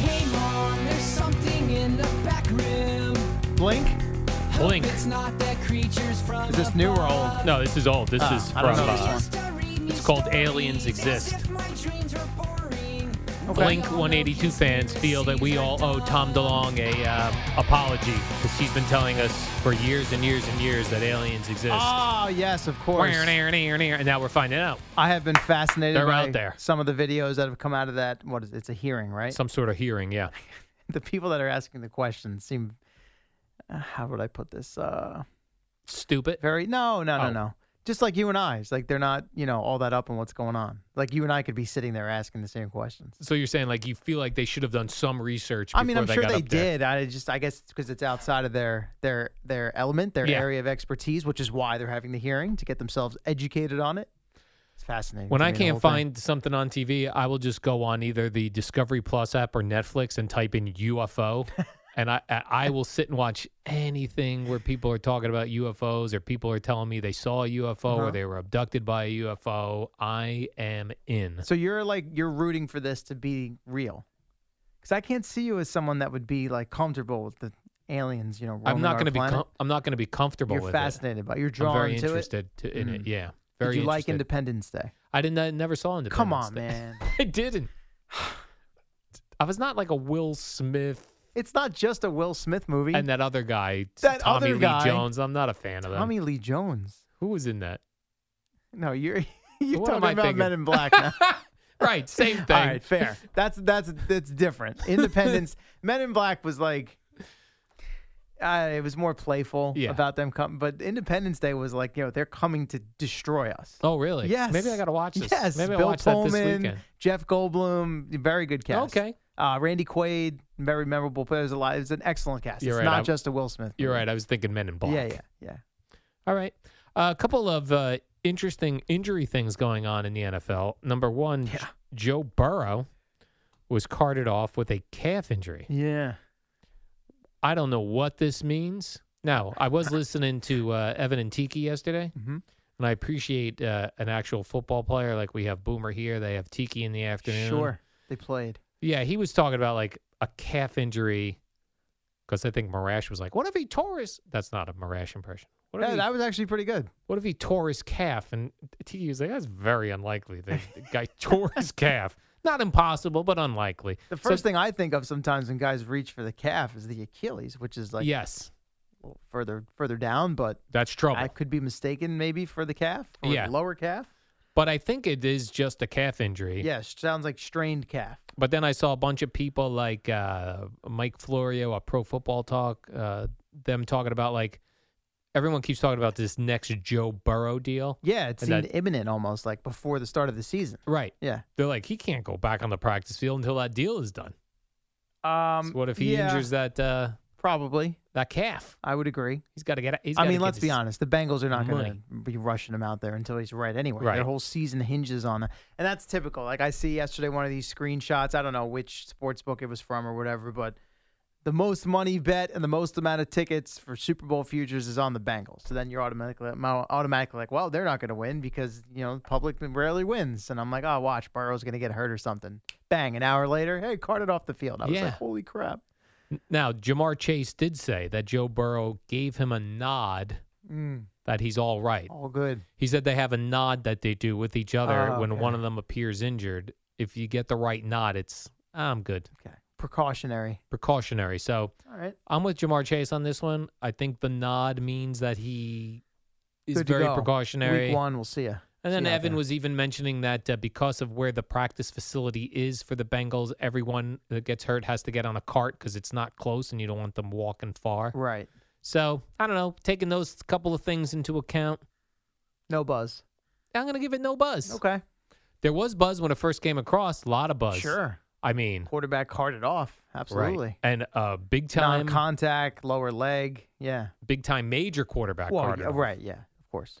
Hey mom, there's something in the back room. Blink? Hope Blink. It's not that creatures from Is this new or old? No, this is old. This Ah, is I from don't know this uh, It's called Aliens Exist. Blink 182 fans feel that we all owe Tom DeLong a uh, apology because he's been telling us for years and years and years that aliens exist. Oh, yes, of course. And now we're finding out I have been fascinated They're by out there. some of the videos that have come out of that. What is it? It's a hearing, right? some sort of hearing. Yeah, the people that are asking the questions seem, uh, how would I put this? Uh, stupid. very, no, no, no, Oh. no. Just like you and I. It's like they're not, you know, all that up on what's going on. Like you and I could be sitting there asking the same questions. So you're saying like you feel like they should have done some research. Before I mean, I'm they sure got they up there. did. I just, I guess, because it's outside of their their their element, their Yeah. area of expertise, which is why they're having the hearing to get themselves educated on it. It's fascinating. When to I me, the can't whole thing. find something on TV, I will just go on either the Discovery Plus app or Netflix and type in UFO. And I, I I will sit and watch anything where people are talking about UFOs or people are telling me they saw a UFO Uh-huh. or they were abducted by a UFO. I am in. So you're like you're rooting for this to be real, because I can't see you as someone that would be like comfortable with the aliens. You know, I'm not going to be com- I'm not going to be comfortable You're with fascinated by. You're it. I'm drawn very to interested to, in Mm. it. Yeah, it. very. Did you like interested. Independence Day? I didn't. I never saw Independence. Come on, Day. man. I didn't. I was not like a Will Smith It's not just a Will Smith movie. and that other guy, That Tommy other Lee guy. Jones. I'm not a fan of him. Tommy Lee Jones. Who was in that? No, you're you're What am talking I about thinking? Men in Black now. Right, same thing. All right, fair. That's that's that's different. Independence. Men in Black was like, uh, it was more playful Yeah. about them coming, but Independence Day was like, you know, they're coming to destroy us. Oh, really? Yes. Maybe I got to watch this. Yes. Maybe Bill I'll watch Pullman, that this weekend. Jeff Goldblum, very good cast. Okay. Uh, Randy Quaid, very memorable. But it was a lot. It was an excellent cast. You're right, it's not I- just a Will Smith. You're movie. right. I was thinking Men in Black. Yeah, yeah, yeah. All right. Uh, a couple of uh, interesting injury things going on in the NFL. Number one, J- Joe Burrow was carted off with a calf injury. Yeah. I don't know what this means. Now, I was listening to uh, Evan and Tiki yesterday, Mhm. and I appreciate uh, an actual football player like we have Boomer here. They have Tiki in the afternoon. Sure. They played. Yeah, he was talking about like a calf injury because I think Marash was like, "What if he tore his?" That's not a Marash impression. What if, Yeah, he, that was actually pretty good. what if he tore his calf? And Tiki was like, "That's very unlikely." The, the guy tore his calf. Not impossible, but unlikely. The So- first thing I think of sometimes when guys reach for the calf is the Achilles, which is like yes, well, further further down, but that's trouble. I could be mistaken maybe for the calf or Yeah. the lower calf. But I think it is just a calf injury. Yeah, sh- sounds like strained calf. But then I saw a bunch of people like uh, Mike Florio, a Pro Football Talk, uh, them talking about like everyone keeps talking about this next Joe Burrow deal. Yeah, And it seemed that- imminent almost, like before the start of the season. Right. Yeah. They're like he can't go back on the practice field until that deal is done. So Um. what if he yeah, injures that uh, Probably. that calf? I would agree. He's got to get. He's I gotta mean, get let's be his- honest. The Bengals are not going money. to be rushing him out there until he's right anyway. Right. Their whole season hinges on that. And that's typical. Like I see yesterday one of these screenshots. I don't know which sports book it was from or whatever, but the most money bet and the most amount of tickets for Super Bowl futures is on the Bengals. So then you're automatically automatically like, well, they're not going to win because, you know, the public rarely wins. And I'm like, oh, watch, Burrow's going to get hurt or something. Bang, an hour later, hey, carted off the field. I was Yeah. like, holy crap. Now, Jamar Chase did say that Joe Burrow gave him a nod Mm, that he's all right. all good. He said they have a nod that they do with each other Oh, when okay. one of them appears injured. If you get the right nod, it's I'm good. Okay. Precautionary. Precautionary. So All right. I'm with Jamar Chase on this one. I think the nod means that he is Good to very go. precautionary. Week one, we'll see you. And then Evan was even mentioning that uh, because of where the practice facility is for the Bengals, everyone that gets hurt has to get on a cart because it's not close and you don't want them walking far. right. So I don't know. Taking those couple of things into account, No buzz. I'm going to give it no buzz. Okay. There was buzz when it first came across. A lot of buzz. Sure. I mean, Quarterback carted off. Right. Absolutely. And uh, big time, Non-contact, lower leg. Yeah. big time major quarterback. Well, card. yeah, right. Yeah. Of course.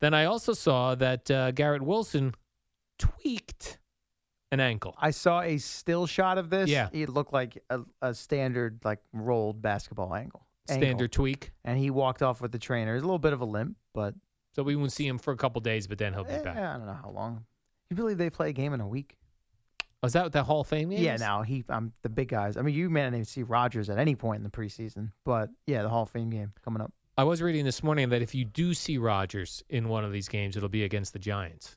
Then I also saw that uh, Garrett Wilson tweaked an ankle. I saw a still shot of this. Yeah. It looked like a, a standard, like rolled basketball angle. ankle. Standard tweak. And he walked off with the trainer. It's a little bit of a limp, but So we won't see him for a couple days, but then he'll be eh, back. I don't know how long. You believe they play a game in a week? Oh, is that what that Hall of Fame game Yeah, is? now he, I'm the big guys. I mean, you may not even see Rodgers at any point in the preseason, but yeah, the Hall of Fame game coming up. I was reading this morning that if you do see Rodgers in one of these games, it'll be against the Giants.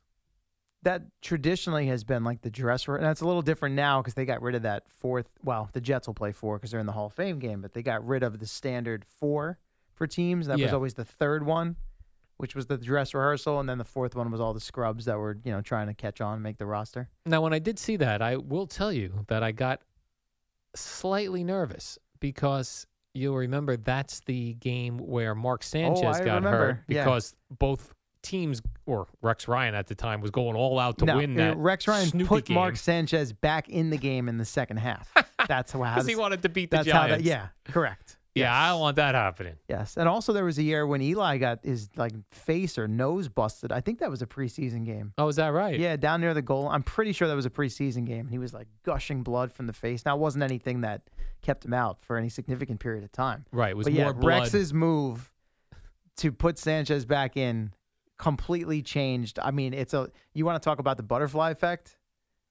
That traditionally has been like the dress, and it's a little different now because they got rid of that fourth. Well, the Jets will play four because they're in the Hall of Fame game, but they got rid of the standard four for teams. That was Yeah. always the third one, which was the dress rehearsal, and then the fourth one was all the scrubs that were you know trying to catch on and make the roster. Now, when I did see that, I will tell you that I got slightly nervous because you'll remember that's the game where Mark Sanchez Oh, I got remember. hurt Yeah. because both teams, or Rex Ryan at the time, was going all out to No, win uh, that. Rex Ryan Snoopy put game Mark Sanchez back in the game in the second half. That's how. because he wanted to beat the That's how Giants. that. Yeah, correct. yeah, I don't want that happening. Yes, and also there was a year when Eli got his like face or nose busted. I think that was a preseason game. Oh, is that right? Yeah, down near the goal. I'm pretty sure that was a preseason game, and he was like gushing blood from the face. Now it wasn't anything that kept him out for any significant period of time. Right, it was but yeah, more blood. Rex's move to put Sanchez back in completely changed. I mean, it's a you want to talk about the butterfly effect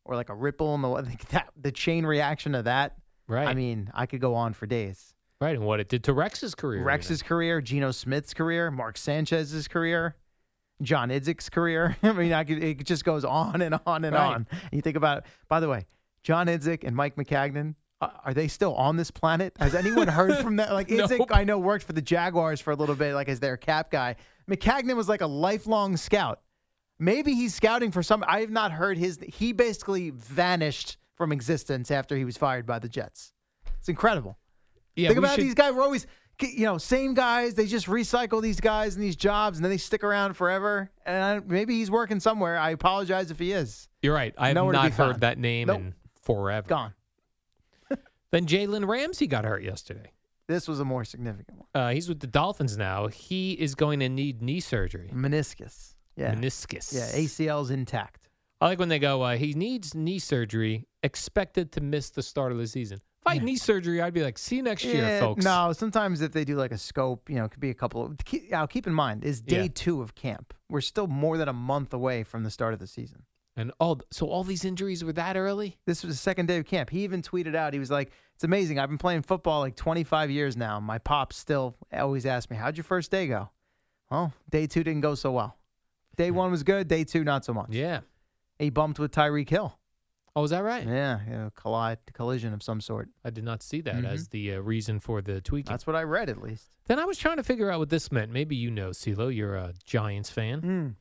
or like a ripple and the that the chain reaction of that. Right. I mean, I could go on for days. right, and what it did to Rex's career. even. Rex's career, Geno Smith's career, Mark Sanchez's career, John Idzik's career. I mean, I could, it just goes on and on and Right. on. You think about it. By the way, John Idzik and Mike McCagnon, uh, are they still on this planet? Has anyone heard from that? Like Idzik, Nope. I know worked for the Jaguars for a little bit, like as their cap guy. McCagnon was like a lifelong scout. Maybe he's scouting for some. I have not heard his. He basically vanished from existence after he was fired by the Jets. It's incredible. Yeah, Think we about it, should- these guys were always, you know, same guys. They just recycle these guys and these jobs, and then they stick around forever. And I, maybe he's working somewhere. I apologize if he is You're right. I have Nowhere to be not heard found. that name Nope. in forever. gone. Then Jalen Ramsey got hurt yesterday. This was a more significant one. Uh, he's with the Dolphins now. He is going to need knee surgery. Meniscus. Mm, Yeah. Meniscus. Yeah, ACL's intact. I like when they go, uh, he needs knee surgery, expected to miss the start of the season. If I had knee surgery, I'd be like, see you next year, Yeah, folks. Eh, No, sometimes if they do like a scope, you know, it could be a couple. Of, keep, now, keep in mind, it's day Yeah. two of camp. We're still more than a month away from the start of the season. And all so all these injuries were that early? This was the second day of camp. He even tweeted out, he was like, It's amazing. I've been playing football like 25 years now. My pops still always ask me, How'd your first day go? Well, day two didn't go so well. Day one was good, day two, not so much. Hmm. Yeah. He bumped with Tyreek Hill. Oh, is that right? Yeah, yeah collide, collision of some sort. I did not see that Mhm. as the uh, reason for the tweaking. That's what I read, at least. Then I was trying to figure out what this meant. Maybe you know, CeeLo, you're a Giants fan. Mm.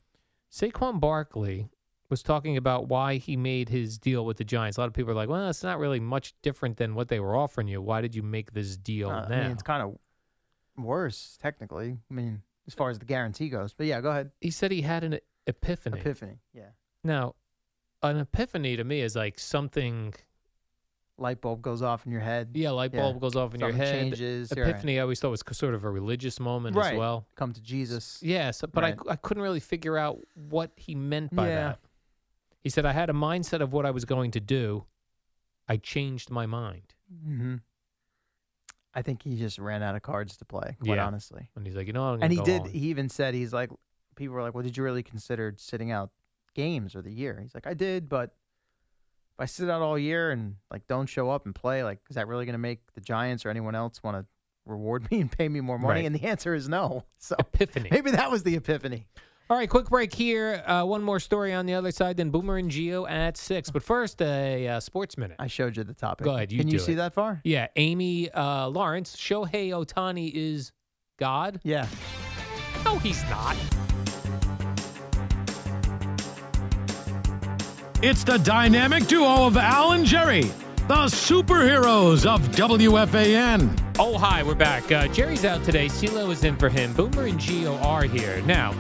Saquon Barkley was talking about why he made his deal with the Giants. A lot of people are like, well, it's not really much different than what they were offering you. Why did you make this deal Uh, now? I mean, it's kind of worse technically. I mean, as far as the guarantee goes. But yeah, go ahead. he said he had an epiphany. Epiphany. Yeah. Now, an epiphany to me is like something, Light bulb goes off in your head. yeah, light Yeah. bulb goes off in your Something head. changes. You're right. Epiphany, I always thought was c- sort of a religious moment Right. as well. Come to Jesus. Yes, but I, Right. cou- I couldn't really figure out what he meant by Yeah. that. He said, I had a mindset of what I was going to do. I changed my mind. hmm I think he just ran out of cards to play, quite Yeah. honestly. And he's like, you know, what, I'm gonna And he go did. all in." He even said, he's like, people were like, well, did you really consider sitting out games or the year? He's like, I did, but if I sit out all year and like don't show up and play, like, is that really going to make the Giants or anyone else want to reward me and pay me more money? Right. And the answer is no. So Epiphany. maybe that was the epiphany. All right, quick break here. Uh, one more story on the other side, then Boomer and Geo at six. But first, a uh, sports minute. I showed you the topic. Go ahead, you Can you do see it. that far? Yeah, Amy uh, Lawrence, Shohei Otani is God. Yeah. No, he's not. It's the dynamic duo of Al and Jerry, the superheroes of WFAN. Oh, hi, we're back. Uh, Jerry's out today. CeeLo is in for him. Boomer and Geo are here. Now,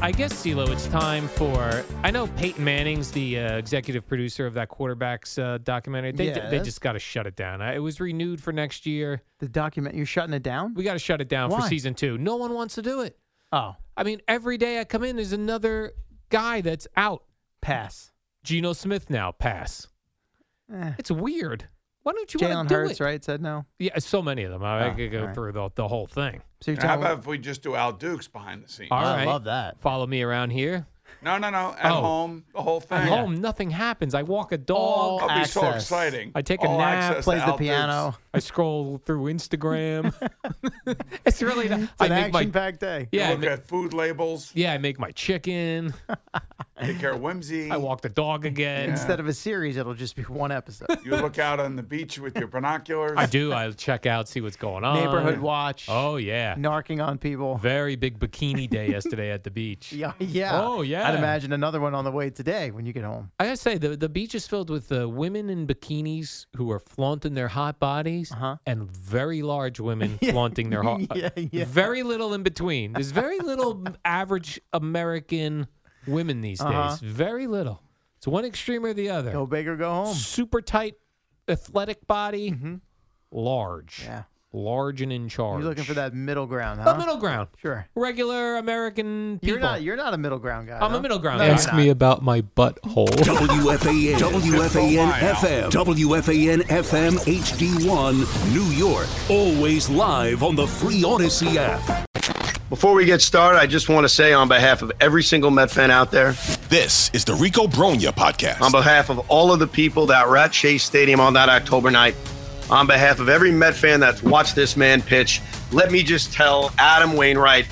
I guess, CeeLo, it's time for. I know Peyton Manning's the uh, executive producer of that quarterbacks uh, documentary. They, they Yes. just got to shut it down. I, it was renewed for next year. The document, you're shutting it down? We got to shut it down for Why? season two. No one wants to do it. Oh, I mean, every day I come in, there's another guy that's out. pass. Geno Smith now, pass. Eh. It's weird. Why don't you want Jalen to do Hurts, it? right? Said no. Yeah, so many of them. I, I Oh, could go all right. through the, the whole thing. So you're How telling about if we just do Al Dukes behind the scenes? All right. that. Follow me around here. No, no, no. At Oh. home, the whole thing. At home, nothing happens. I walk a dog. That'd be so access. exciting. I take a All nap. access to Al Dukes. I scroll through Instagram. it's really. Not, It's I an make my action-packed day. yeah. I Look ma- at food labels. yeah, I make my chicken. Take care of whimsy. I walk the dog again. Instead of a series, it'll just be one episode. You look out on the beach with your binoculars. I do. I check out, see what's going on. Neighborhood watch. Oh yeah. Narking on people. Very big bikini day yesterday at the beach. Yeah, yeah. Oh, yeah. I'd imagine another one on the way today when you get home. I gotta say the the beach is filled with uh, women in bikinis who are flaunting their hot bodies and very large women flaunting their hot. Uh-huh. Yeah, yeah. Very little in between. There's very little average American women these Uh-huh. days. Very little. It's one extreme or the other. Go big or go home. Super tight, athletic body, large, Mm-hmm. Yeah. large and in charge. You're looking for that middle ground, huh? The middle ground. Sure. Regular American people. You're not. You're not a middle ground guy. I'm though. a middle ground No, guy. you're not. about my butthole. WFAN, WFAN FM, WFAN FM HD1, New York. Always live on the free Odyssey app. Before we get started, I just want to say on behalf of every single Met fan out there, this is the Rico Bronya podcast. On behalf of all of the people that were at Chase Stadium on that October night, on behalf of every Met fan that's watched this man pitch, let me just tell Adam Wainwright,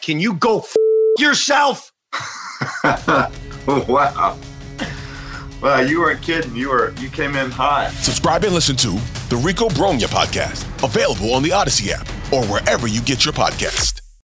can you go f- yourself? wow. Wow, you weren't kidding. You were you came in hot. Subscribe and listen to the Rico Bronya podcast, available on the Odyssey app or wherever you get your podcast.